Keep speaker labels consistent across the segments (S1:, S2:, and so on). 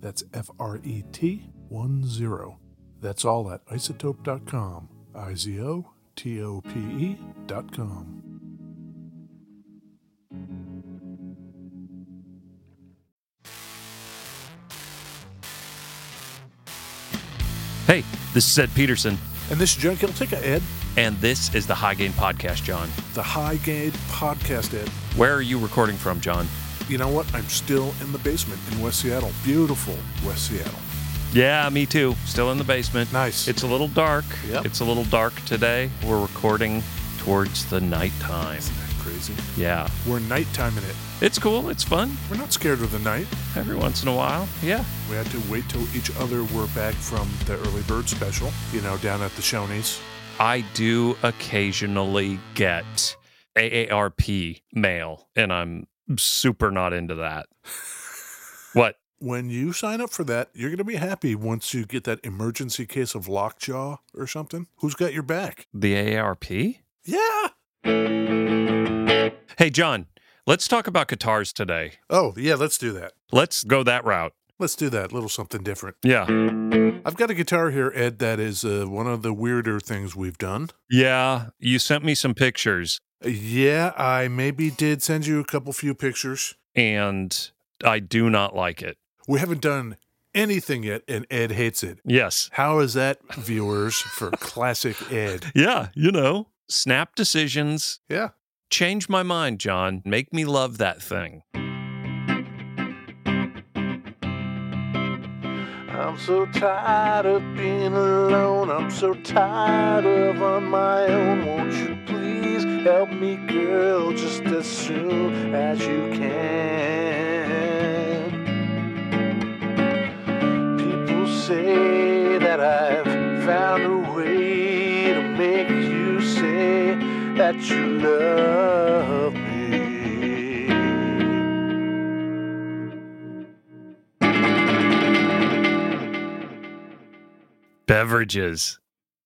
S1: That's F R E T 1 0. That's all at isotope.com. I Z O T O P E E.com.
S2: Hey, this is Ed Peterson,
S1: And this is John Kiltica, Ed,
S2: and this is the High Gain Podcast, John.
S1: the High Gain Podcast, Ed.
S2: Where are you recording from, John?
S1: You know what? I'm still in the basement in West Seattle. Beautiful West Seattle.
S2: Yeah, me too. Still in the basement.
S1: Nice.
S2: It's a little dark.
S1: Yep.
S2: It's a little dark today. We're recording towards the nighttime.
S1: Isn't that crazy?
S2: Yeah.
S1: We're nighttime in it.
S2: It's cool. It's fun
S1: We're not scared of the night.
S2: every once in a while. Yeah.
S1: We had to wait till each other were back from the early bird special, you know, down at the Shoney's.
S2: I do occasionally get AARP mail, and I'm super not into that. What?
S1: When you sign up for that, you're going to be happy once you get that emergency case of lockjaw or something. Who's got your back?
S2: The AARP?
S1: Yeah.
S2: Hey, John, let's talk about guitars today.
S1: Oh, yeah, let's do that.
S2: Let's go that route.
S1: Let's do that. A little something different.
S2: Yeah.
S1: I've got a guitar here, Ed, that is uh, one of the weirder things we've done.
S2: Yeah, you sent me some pictures
S1: Yeah, I maybe did send you a couple few pictures.
S2: and I do not like it.
S1: We haven't done anything yet, and Ed hates it.
S2: Yes.
S1: How is that, viewers, for classic Ed?
S2: Yeah, you know, snap decisions
S1: Yeah.
S2: change my mind, John. Make me love that thing.
S1: I'm so tired of being alone. I'm so tired of on my own. Won't you please help me, girl, just as soon as you can? People say that I've found a way to make you say that you love me.
S2: Beverages.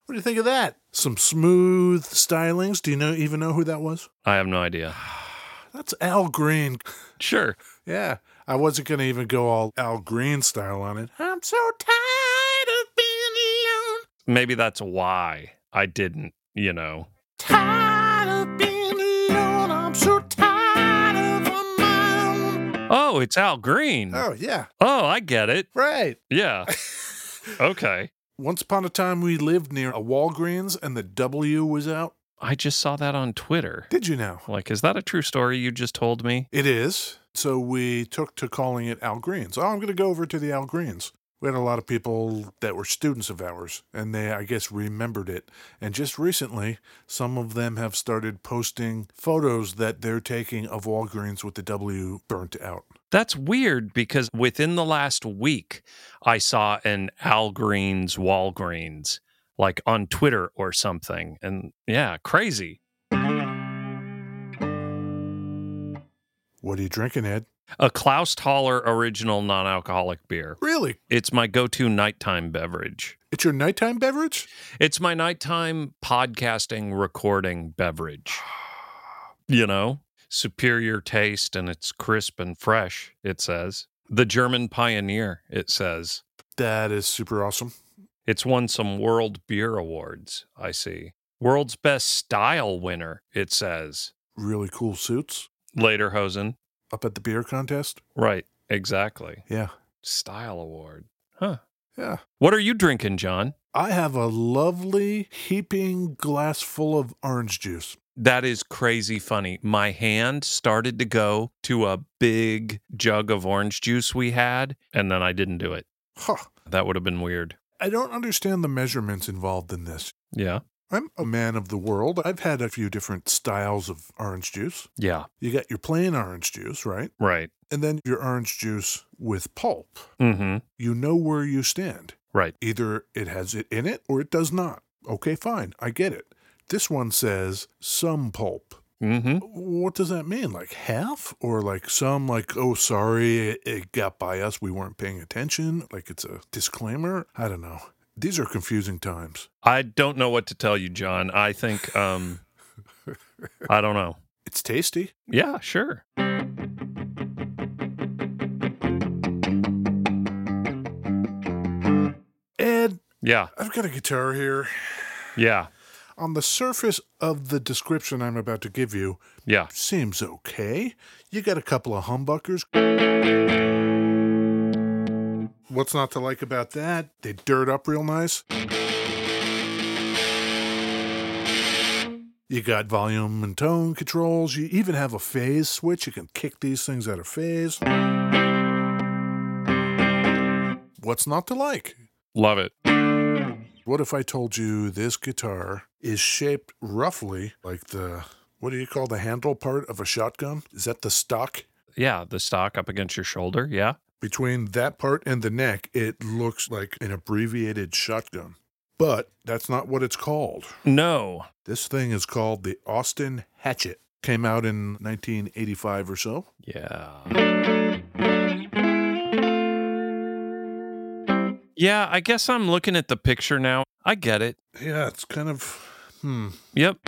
S1: What do you think of that? Some smooth stylings. Do you know even know who that was?
S2: I have no idea.
S1: That's Al Green.
S2: Sure.
S1: Yeah, I wasn't gonna even go all Al Green style on it. I'm so tired of being alone.
S2: Maybe that's why I didn't, you know.
S1: Tired of being alone. I'm so tired of my own.
S2: Oh, it's Al Green.
S1: Oh yeah,
S2: Oh, I get it.
S1: right.
S2: Yeah. okay.
S1: Once upon a time, we lived near a Walgreens, and the W was out.
S2: I just saw that on Twitter.
S1: Did you know?
S2: Like, is that a true story you just told me?
S1: It is. So we took to calling it Al Greens. Oh, I'm going to go over to the Al Greens. We had a lot of people that were students of ours, and they, I guess, remembered it. And just recently, some of them have started posting photos that they're taking of Walgreens with the W burnt out.
S2: That's weird because within the last week, I saw an Al Green's Walgreens, like on Twitter or something. And yeah, crazy.
S1: What are you drinking, Ed?
S2: A Klaus Taller original non alcoholic beer.
S1: Really?
S2: It's my go to nighttime beverage.
S1: It's your nighttime beverage?
S2: It's my nighttime podcasting recording beverage. You know, superior taste and it's crisp and fresh, it says. The German pioneer, it says.
S1: That is super awesome.
S2: It's won some World Beer Awards, I see. World's Best Style winner, it says.
S1: Really cool suits
S2: Lederhosen.
S1: up at the beer contest.
S2: Right, exactly.
S1: Yeah.
S2: Style Award. Huh.
S1: Yeah.
S2: What are you drinking, John?
S1: I have a lovely heaping glass full of orange juice.
S2: That is crazy funny. My hand started to go to a big jug of orange juice we had, and then I didn't do it.
S1: Huh.
S2: That would have been weird.
S1: I don't understand the measurements involved in this.
S2: Yeah.
S1: I'm a man of the world. I've had a few different styles of orange juice.
S2: Yeah.
S1: You got your plain orange juice, right?
S2: Right.
S1: And then your orange juice with pulp.
S2: Mm hmm.
S1: You know where you stand.
S2: Right.
S1: Either it has it in it or it does not. Okay, fine. I get it. This one says some pulp.
S2: Mm hmm.
S1: What does that mean? Like half or like some like oh sorry it, it got by us we weren't paying attention like it's a disclaimer? I don't know. These are confusing times.
S2: I don't know what to tell you, John. I think, um, I don't know.
S1: It's tasty.
S2: Yeah, sure.
S1: Ed,
S2: Yeah.
S1: I've got a guitar here.
S2: Yeah.
S1: On the surface of the description I'm about to give you,
S2: Yeah.
S1: seems okay. You got a couple of humbuckers. What's not to like about that? They dirt up real nice. You got volume and tone controls. You even have a phase switch. You can kick these things out of phase. What's not to like?
S2: Love it.
S1: What if I told you this guitar is shaped roughly like the what do you call the handle part of a shotgun? Is that the stock?
S2: Yeah. The stock up against your shoulder. Yeah.
S1: Between that part and the neck, it looks like an abbreviated shotgun. But that's not what it's called.
S2: No.
S1: This thing is called the Austin Hatchet. Came out in 1985 or so.
S2: Yeah. Yeah, I guess I'm looking at the picture now. I get it.
S1: Yeah, it's kind of hmm.
S2: Yep,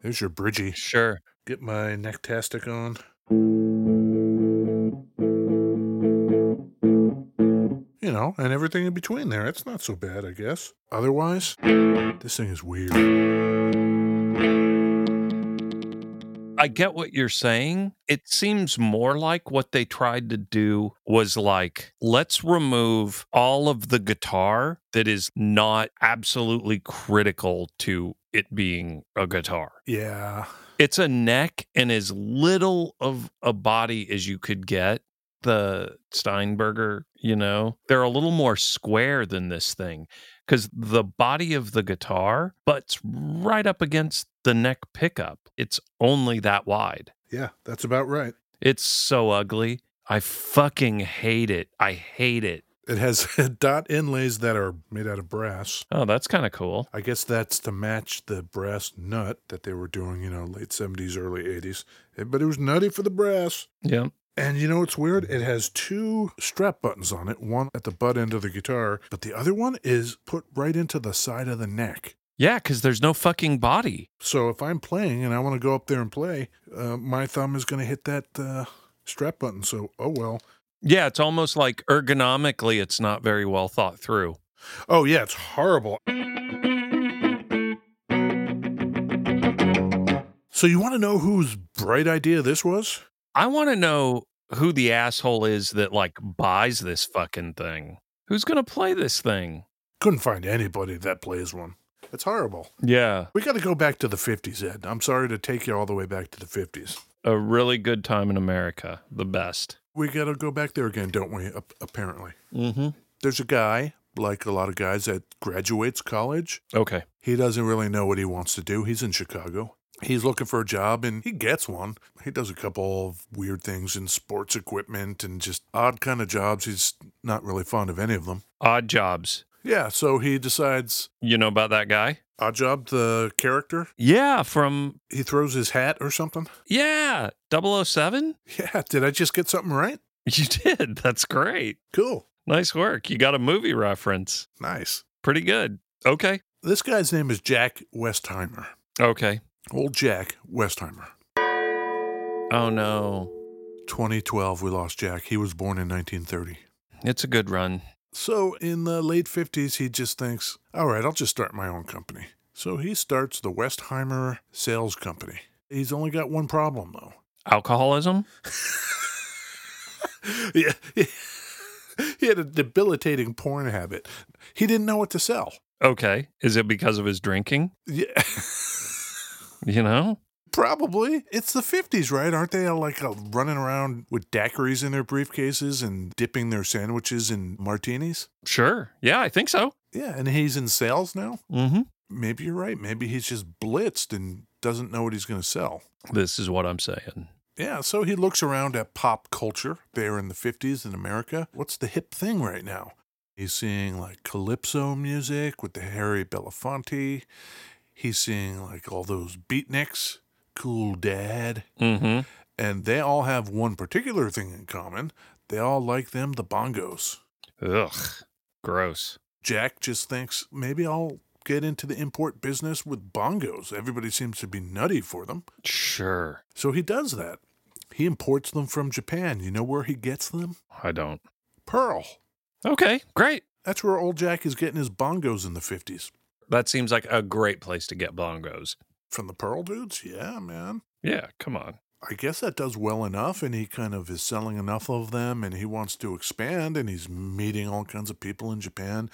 S1: There's your bridgie.
S2: sure.
S1: Get my necktastic on. You know, and everything in between there. It's not so bad, I guess. Otherwise, this thing is weird.
S2: I get what you're saying. It seems more like what they tried to do was like, let's remove all of the guitar that is not absolutely critical to it being a guitar.
S1: Yeah.
S2: it's a neck and as little of a body as you could get the steinberger you know they're a little more square than this thing because the body of the guitar butts right up against the neck pickup it's only that wide
S1: Yeah, that's about right.
S2: it's so ugly i fucking hate it i hate it
S1: It has dot inlays that are made out of brass.
S2: oh that's kind of cool
S1: I guess that's to match the brass nut that they were doing, you know, late 70s, early 80s. But it was nutty for the brass.
S2: yeah
S1: And you know what's weird? It has two strap buttons on it, one at the butt end of the guitar, but the other one is put right into the side of the neck.
S2: yeah because there's no fucking body
S1: So if I'm playing and I want to go up there and play, uh, my thumb is going to hit that uh, strap button. So, oh well.
S2: yeah it's almost like ergonomically it's not very well thought through
S1: Oh yeah, it's horrible. So, you want to know whose bright idea this was?
S2: I want to know who the asshole is that like buys this fucking thing. Who's going to play this thing?
S1: Couldn't find anybody that plays one. It's horrible.
S2: Yeah.
S1: We got to go back to the 50s, Ed. I'm sorry to take you all the way back to the 50s.
S2: A really good time in America. The best.
S1: We got to go back there again, don't we? Ap- apparently.
S2: Mm hmm.
S1: There's a guy, like a lot of guys, that graduates college.
S2: Okay.
S1: He doesn't really know what he wants to do. He's in Chicago. He's looking for a job and he gets one. He does a couple of weird things in sports equipment and just odd kind of jobs. He's not really fond of any of them.
S2: Odd jobs.
S1: Yeah, so he decides
S2: You know about that guy?
S1: odd job the character.
S2: Yeah, from
S1: He throws his hat or something.
S2: yeah, 007?
S1: Yeah, did I just get something right?
S2: You did. That's great.
S1: Cool.
S2: Nice work. You got a movie reference.
S1: Nice.
S2: Pretty good. Okay.
S1: This guy's name is Jack Westheimer.
S2: Okay.
S1: Old Jack Westheimer.
S2: Oh no.
S1: 2012, we lost Jack. He was born in 1930.
S2: It's a good run.
S1: So in the late 50s, he just thinks, all right, I'll just start my own company. So he starts the Westheimer Sales Company. He's only got one problem, though.
S2: Alcoholism?
S1: yeah. He had a debilitating porn habit. He didn't know what to sell.
S2: Okay. Is it because of his drinking?
S1: Yeah.
S2: You know?
S1: Probably. It's the 50s, right? Aren't they all like uh, running around with daiquiris in their briefcases and dipping their sandwiches in martinis?
S2: Sure. Yeah, I think so.
S1: Yeah, and he's in sales now?
S2: Mm-hmm.
S1: Maybe you're right. Maybe he's just blitzed and doesn't know what he's going to sell.
S2: This is what I'm saying.
S1: Yeah, so he looks around at pop culture there in the 50s in America. What's the hip thing right now? He's seeing like calypso music with the Harry Belafonte. He's seeing like all those beatniks, cool dad,
S2: Mm-hmm.
S1: and they all have one particular thing in common. They all like them the bongos.
S2: Ugh. Gross.
S1: Jack just thinks maybe I'll get into the import business with bongos. Everybody seems to be nutty for them.
S2: Sure.
S1: So he does that. He imports them from Japan. You know where he gets them?
S2: I don't.
S1: Pearl.
S2: Okay. Great.
S1: That's where old Jack is getting his bongos in the 50s.
S2: That seems like a great place to get bongos.
S1: From the Pearl dudes? Yeah, man.
S2: Yeah, come on.
S1: I guess that does well enough, and he kind of is selling enough of them, and he wants to expand, and he's meeting all kinds of people in Japan.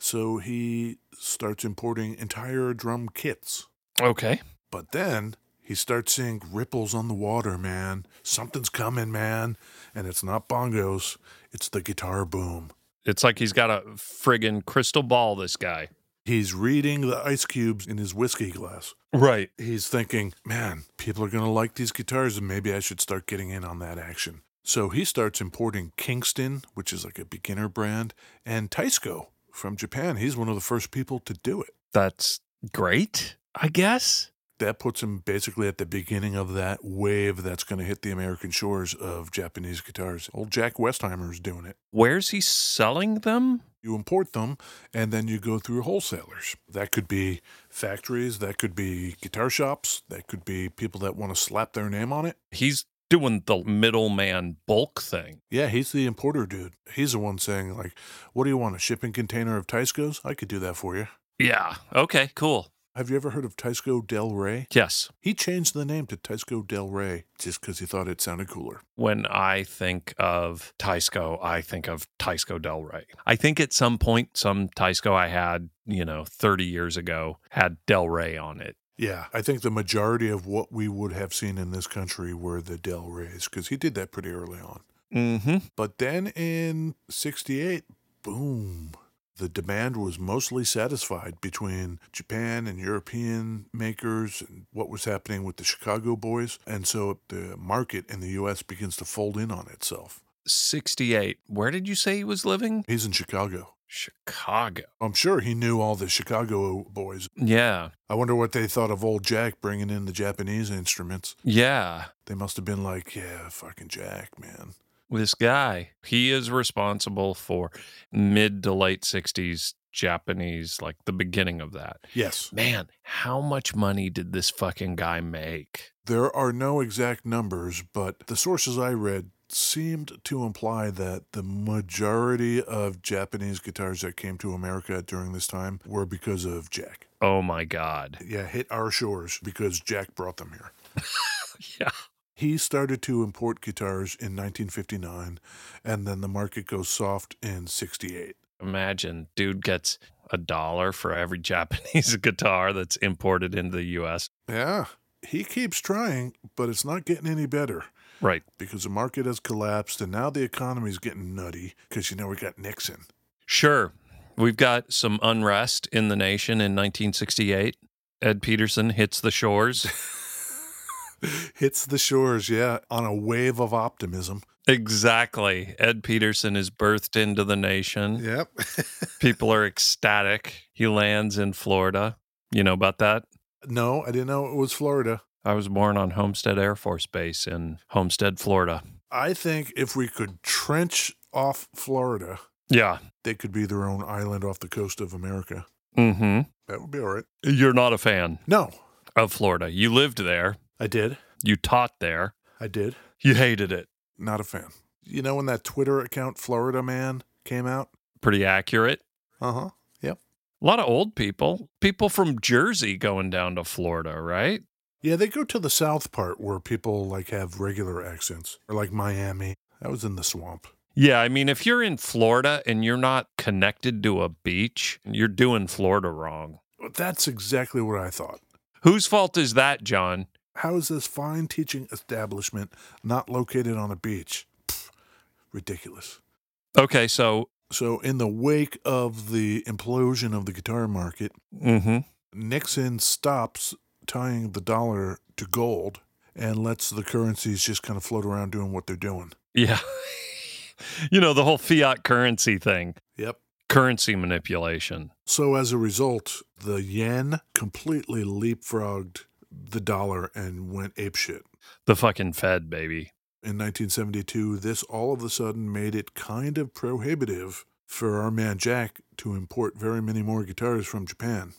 S1: So he starts importing entire drum kits.
S2: Okay.
S1: But then he starts seeing ripples on the water, man. Something's coming, man. And it's not bongos, it's the guitar boom.
S2: It's like he's got a friggin' crystal ball, this guy.
S1: He's reading the ice cubes in his whiskey glass.
S2: Right.
S1: He's thinking, man, people are going to like these guitars and maybe I should start getting in on that action. So he starts importing Kingston, which is like a beginner brand, and Taisco from Japan. He's one of the first people to do it.
S2: That's great, I guess.
S1: That puts him basically at the beginning of that wave that's going to hit the American shores of Japanese guitars. Old Jack Westheimer is doing it.
S2: Where's he selling them?
S1: You import them and then you go through wholesalers. That could be factories, that could be guitar shops, that could be people that want to slap their name on it.
S2: He's doing the middleman bulk thing.
S1: Yeah, he's the importer dude. He's the one saying, like, what do you want? A shipping container of Tysco's? I could do that for you.
S2: Yeah. Okay, cool.
S1: Have you ever heard of Tysco Del Rey?
S2: Yes.
S1: He changed the name to Tysco Del Rey just because he thought it sounded cooler.
S2: When I think of Tysco, I think of Tysco Del Rey. I think at some point, some Tysco I had, you know, 30 years ago had Del Rey on it.
S1: Yeah, I think the majority of what we would have seen in this country were the Del Reys because he did that pretty early on.
S2: Mm hmm.
S1: But then in 68, boom, the demand was mostly satisfied between Japan and European makers and what was happening with the Chicago boys. And so the market in the US begins to fold in on itself.
S2: 68. Where did you say he was living?
S1: He's in Chicago.
S2: Chicago.
S1: I'm sure he knew all the Chicago boys.
S2: Yeah.
S1: I wonder what they thought of old Jack bringing in the Japanese instruments.
S2: Yeah.
S1: They must have been like, yeah, fucking Jack, man.
S2: This guy, he is responsible for mid to late 60s Japanese, like the beginning of that.
S1: Yes.
S2: Man, how much money did this fucking guy make?
S1: There are no exact numbers, but the sources I read seemed to imply that the majority of Japanese guitars that came to America during this time were because of Jack.
S2: Oh my God.
S1: Yeah, hit our shores because Jack brought them here.
S2: Yeah.
S1: He started to import guitars in 1959, and then the market goes soft in 68.
S2: Imagine dude gets a dollar for every Japanese guitar that's imported into the US.
S1: Yeah, he keeps trying, but it's not getting any better.
S2: Right.
S1: because the market has collapsed and now the economy's getting nutty because you know we got Nixon.
S2: Sure. We've got some unrest in the nation in 1968. Ed Peterson hits the shores.
S1: hits the shores, yeah, on a wave of optimism.
S2: Exactly. Ed Peterson is birthed into the nation.
S1: Yep.
S2: People are ecstatic. He lands in Florida. You know about that?
S1: no, I didn't know it was Florida.
S2: I was born on Homestead Air Force Base in Homestead, Florida.
S1: I think if we could trench off Florida,
S2: Yeah.
S1: they could be their own island off the coast of America.
S2: Mm-hmm.
S1: That would be all right.
S2: You're not a fan
S1: No,
S2: of Florida. You lived there.
S1: I did.
S2: You taught there.
S1: I did.
S2: You hated it.
S1: Not a fan. You know when that Twitter account Florida Man came out?
S2: Pretty accurate.
S1: Uh huh.
S2: A lot of old people, people from Jersey going down to Florida, right?
S1: Yeah, they go to the south part where people like have regular accents, or like Miami. I was in the swamp.
S2: Yeah, I mean, if you're in Florida and you're not connected to a beach, you're doing Florida wrong.
S1: That's exactly what I thought.
S2: Whose fault is that, John?
S1: How is this fine teaching establishment not located on a beach? Pfft, ridiculous.
S2: Okay, so,
S1: So, in the wake of the implosion of the guitar market,
S2: mm-hmm.
S1: Nixon stops tying the dollar to gold and lets the currencies just kind of float around doing what they're doing.
S2: yeah. you know, the whole fiat currency thing,
S1: Yep.
S2: currency manipulation.
S1: So, as a result, the yen completely leapfrogged the dollar and went apeshit.
S2: The fucking Fed, baby.
S1: In 1972, this all of a sudden made it kind of prohibitive for our man Jack to import very many more guitars from Japan.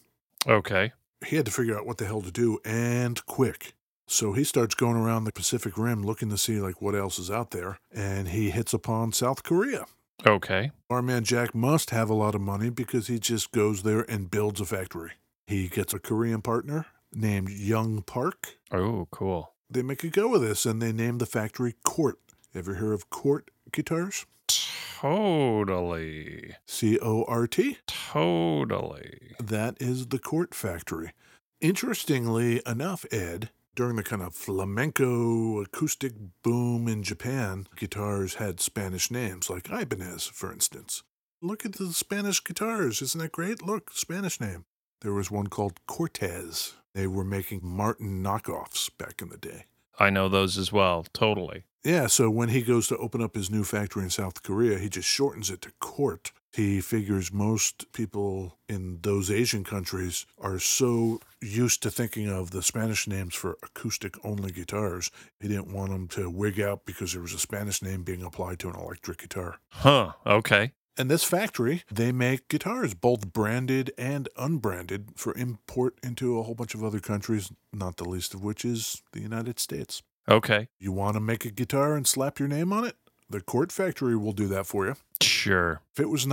S2: Okay.
S1: He had to figure out what the hell to do and quick. So he starts going around the Pacific Rim looking to see like what else is out there and he hits upon South Korea.
S2: Okay.
S1: Our man Jack must have a lot of money because he just goes there and builds a factory. He gets a Korean partner named Young Park.
S2: Oh, cool.
S1: They make a go of this and they name the factory Court. Ever hear of Court guitars?
S2: Totally.
S1: C O R T.
S2: Totally.
S1: That is the Court Factory. Interestingly enough, Ed, during the kind of flamenco acoustic boom in Japan, guitars had Spanish names, like Ibanez, for instance. Look at the Spanish guitars. Isn't that great? Look, Spanish name. There was one called Cortez. They were making Martin knockoffs back in the day.
S2: I know those as well. Totally.
S1: Yeah, so when he goes to open up his new factory in South Korea, he just shortens it to court. He figures most people in those Asian countries are so used to thinking of the Spanish names for acoustic only guitars. He didn't want them to wig out because there was a Spanish name being applied to an electric guitar.
S2: Huh. Okay.
S1: And this factory, they make guitars, both branded and unbranded, for import into a whole bunch of other countries, not the least of which is the United States.
S2: Okay.
S1: You want to make a guitar and slap your name on it? The Court Factory will do that for you.
S2: Sure.
S1: If it was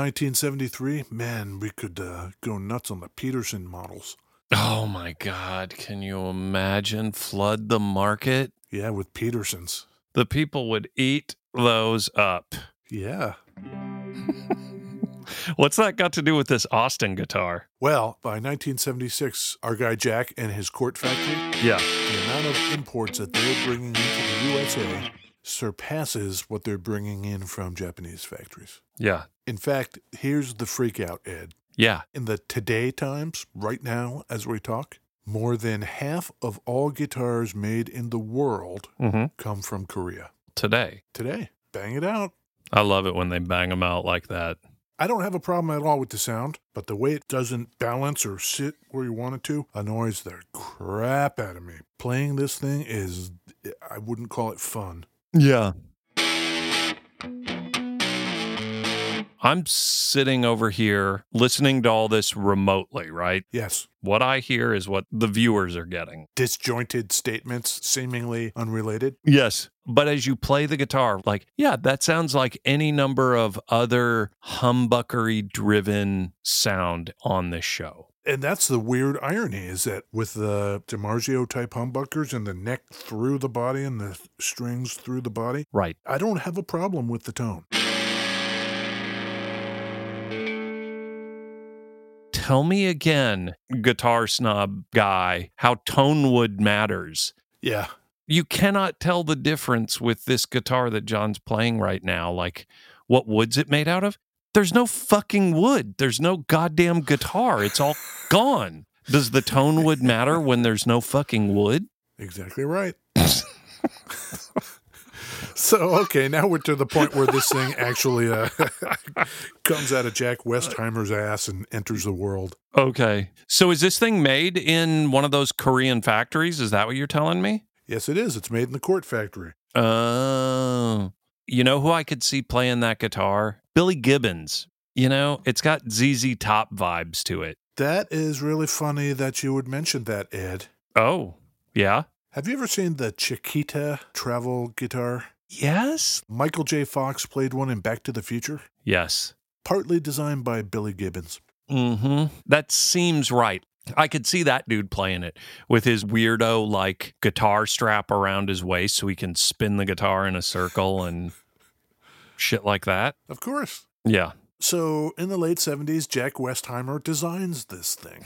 S1: 1973, man, we could uh, go nuts on the Peterson models.
S2: Oh my God. Can you imagine? Flood the market?
S1: Yeah, with Petersons.
S2: The people would eat those up.
S1: Yeah.
S2: What's that got to do with this Austin guitar?
S1: Well, by 1976, our guy Jack and his Court Factory,
S2: Yeah.
S1: the amount of imports that they're bringing into the USA surpasses what they're bringing in from Japanese factories.
S2: Yeah.
S1: In fact, here's the freak out, Ed.
S2: Yeah.
S1: In the today times, right now, as we talk, more than half of all guitars made in the world
S2: Mm-hmm.
S1: come from Korea.
S2: Today.
S1: Today, bang it out.
S2: I love it when they bang them out like that.
S1: I don't have a problem at all with the sound, but the way it doesn't balance or sit where you want it to annoys the crap out of me. Playing this thing is, I wouldn't call it fun.
S2: Yeah. I'm sitting over here listening to all this remotely, right?
S1: Yes,
S2: What I hear is what the viewers are getting.
S1: disjointed statements, seemingly unrelated.
S2: Yes. But as you play the guitar, like, yeah, that sounds like any number of other humbuckery driven sound on this show.
S1: And that's the weird irony is that with the DiMarzio type humbuckers and the neck through the body and the strings through the body,
S2: Right.
S1: I don't have a problem with the tone.
S2: Tell me again, guitar snob guy, how tone wood matters.
S1: Yeah.
S2: You cannot tell the difference with this guitar that John's playing right now. Like, what wood's it made out of? There's no fucking wood. There's no goddamn guitar. It's all gone. Does the tone wood matter when there's no fucking wood?
S1: Exactly right. So okay, now we're to the point where this thing actually uh, comes out of Jack Westheimer's ass and enters the world.
S2: Okay. So is this thing made in one of those Korean factories? Is that what you're telling me?
S1: Yes, it is. It's made in the Court Factory.
S2: Oh. You know who I could see playing that guitar? Billy Gibbons. You know, it's got ZZ Top vibes to it.
S1: That is really funny that you would mention that, Ed.
S2: Oh, yeah.
S1: Have you ever seen the Chiquita travel guitar?
S2: Yes.
S1: Michael J. Fox played one in Back to the Future,
S2: Yes.
S1: partly designed by Billy Gibbons.
S2: hmm That seems right. I could see that dude playing it with his weirdo like guitar strap around his waist so he can spin the guitar in a circle and shit like that.
S1: Of course.
S2: Yeah.
S1: So, in the late 70s, Jack Westheimer designs this thing.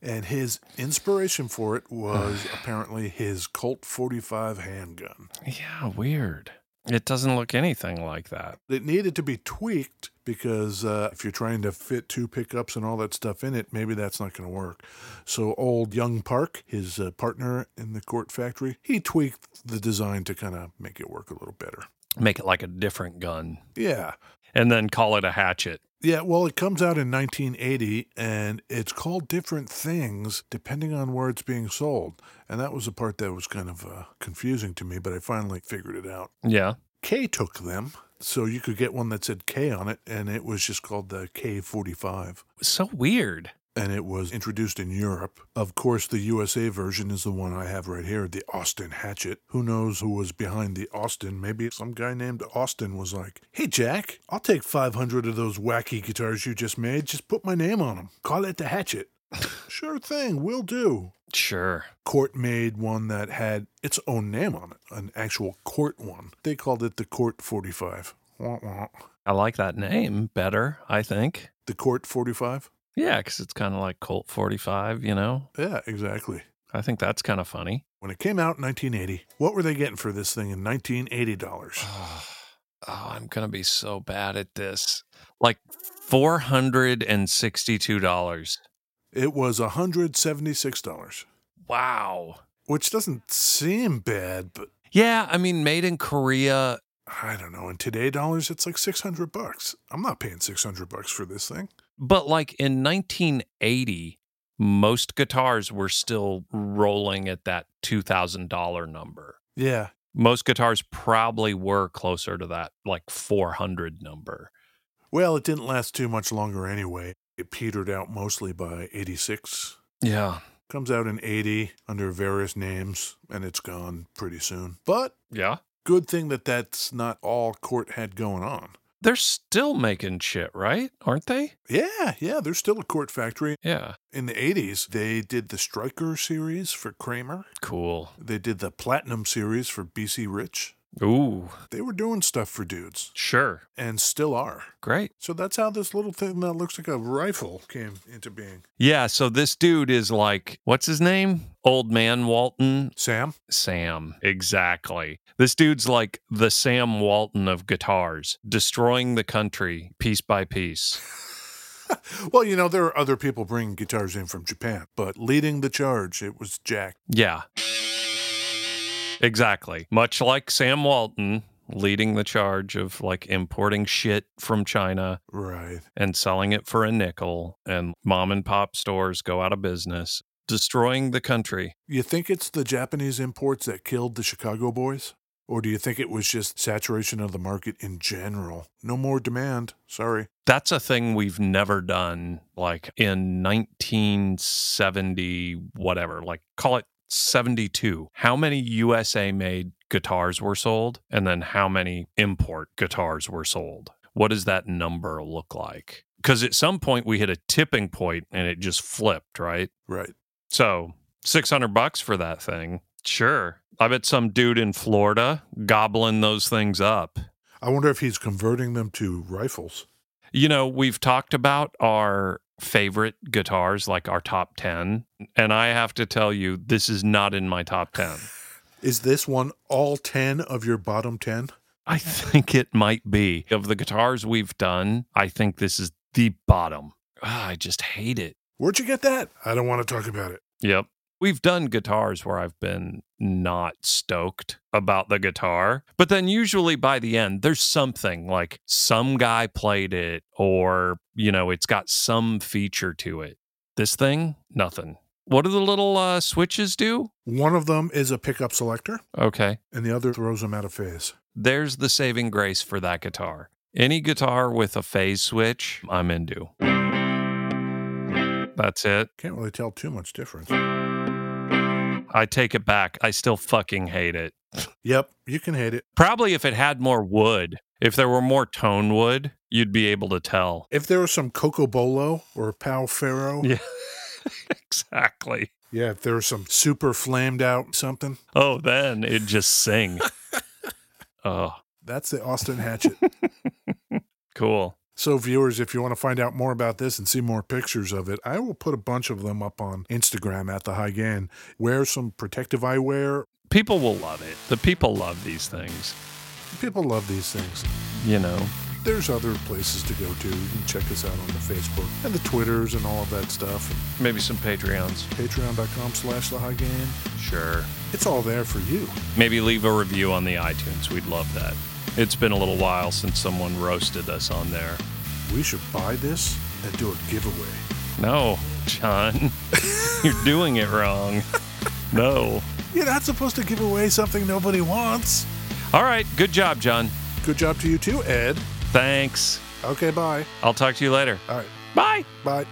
S1: And his inspiration for it was apparently his Colt 45 handgun.
S2: Yeah, weird. It doesn't look anything like that.
S1: It needed to be tweaked because uh, if you're trying to fit two pickups and all that stuff in it, maybe that's not going to work. So, old Young Park, his uh, partner in the court factory, he tweaked the design to kind of make it work a little better.
S2: Make it like a different gun
S1: Yeah.
S2: and then call it a hatchet.
S1: Yeah, well, it comes out in 1980 and it's called different things depending on where it's being sold. And that was the part that was kind of uh, confusing to me, but I finally figured it out.
S2: Yeah.
S1: K took them, so you could get one that said K on it, and it was just called the K45.
S2: So weird.
S1: And it was introduced in Europe. Of course, the USA version is the one I have right here, the Austin Hatchet. Who knows who was behind the Austin? Maybe some guy named Austin was like, Hey, Jack, I'll take 500 of those wacky guitars you just made. Just put my name on them. Call it the Hatchet. sure thing, will do.
S2: Sure.
S1: Court made one that had its own name on it, an actual court one. They called it the Court 45. Wah, wah.
S2: I like that name better, I think.
S1: The Court 45?
S2: Yeah, because it's kind of like Colt 45, you know?
S1: Yeah, exactly.
S2: I think that's kind of funny.
S1: When it came out in 1980, what were they getting for this thing in 1980 dollars?
S2: oh, I'm gonna be so bad at this. Like four hundred and sixty-two dollars.
S1: It was 176 dollars,
S2: Wow.
S1: which doesn't seem bad, but
S2: Yeah, I mean, made in Korea.
S1: I don't know. In today dollars, it's like 600 bucks. I'm not paying 600 bucks for this thing.
S2: But like in 1980, most guitars were still rolling at that $2,000 number.
S1: Yeah,
S2: Most guitars probably were closer to that like 400 number.
S1: well, it didn't last too much longer anyway. It petered out mostly by 86.
S2: Yeah.
S1: Comes out in 80 under various names, and it's gone pretty soon. But
S2: Yeah.
S1: good thing that that's not all Court had going on.
S2: They're still making shit, right? Aren't they?
S1: Yeah, yeah, there's still a Court factory.
S2: Yeah.
S1: In the 80s, they did the Striker series for Kramer.
S2: Cool.
S1: They did the Platinum series for BC Rich.
S2: Ooh,
S1: They were doing stuff for dudes
S2: sure.
S1: and still are.
S2: Great.
S1: So that's how this little thing that looks like a rifle came into being.
S2: Yeah, so this dude is like, what's his name? Old man Walton
S1: Sam?
S2: Sam. Exactly. This dude's like the Sam Walton of guitars, destroying the country piece by piece.
S1: Well, you know, there are other people bringing guitars in from Japan, but leading the charge, it was Jack.
S2: Yeah. Exactly. Much like Sam Walton leading the charge of like importing shit from China
S1: Right.
S2: and selling it for a nickel, and mom and pop stores go out of business, destroying the country.
S1: You think it's the Japanese imports that killed the Chicago boys? Or do you think it was just saturation of the market in general? No more demand. Sorry.
S2: that's a thing we've never done like in 1970 whatever like call it 72 how many usa made guitars were sold and then how many import guitars were sold what does that number look like because at some point we hit a tipping point and it just flipped right
S1: Right.
S2: so 600 bucks for that thing sure i bet some dude in florida gobbling those things up
S1: I wonder if he's converting them to rifles.
S2: You know, we've talked about our favorite guitars, like our top 10. And I have to tell you, this is not in my top 10.
S1: Is this one all 10 of your bottom 10?
S2: I think it might be. Of the guitars we've done, I think this is the bottom. Ah, I just hate it.
S1: Where'd you get that? I don't want to talk about it.
S2: Yep. We've done guitars where I've been not stoked about the guitar, but then usually by the end, there's something like some guy played it or, you know, it's got some feature to it. This thing, nothing. What do the little uh, switches do?
S1: One of them is a pickup selector,
S2: Okay.
S1: and the other throws them out of phase.
S2: There's the saving grace for that guitar. Any guitar with a phase switch, I'm into. That's it.
S1: Can't really tell too much difference.
S2: I take it back. I still fucking hate it.
S1: Yep, you can hate it.
S2: Probably if it had more wood, if there were more tone wood, you'd be able to tell.
S1: If there was some Coco Bolo or Pal Ferro, yeah.
S2: Yeah. exactly.
S1: if there was some super flamed out something,
S2: Oh, then it'd just sing. oh,
S1: that's the Austin Hatchet.
S2: cool.
S1: so, viewers, if you want to find out more about this and see more pictures of it, I will put a bunch of them up on Instagram at the High Gain. Wear some protective eyewear.
S2: People will love it. The people love these things,
S1: People love these things.
S2: you know.
S1: There's other places to go to. You can check us out on the Facebook and the Twitters and all of that stuff.
S2: Maybe some Patreons.
S1: Patreon.com slash the High Gain.
S2: Sure.
S1: It's all there for you.
S2: Maybe leave a review on the iTunes. We'd love that. It's been a little while since someone roasted us on there.
S1: We should buy this and do a giveaway.
S2: No, John, you're doing it wrong. No.
S1: You're not supposed to give away something nobody wants.
S2: All right. Good job, John.
S1: Good job to you too, Ed.
S2: Thanks.
S1: Okay, bye.
S2: I'll talk to you later.
S1: All right,
S2: Bye.
S1: bye.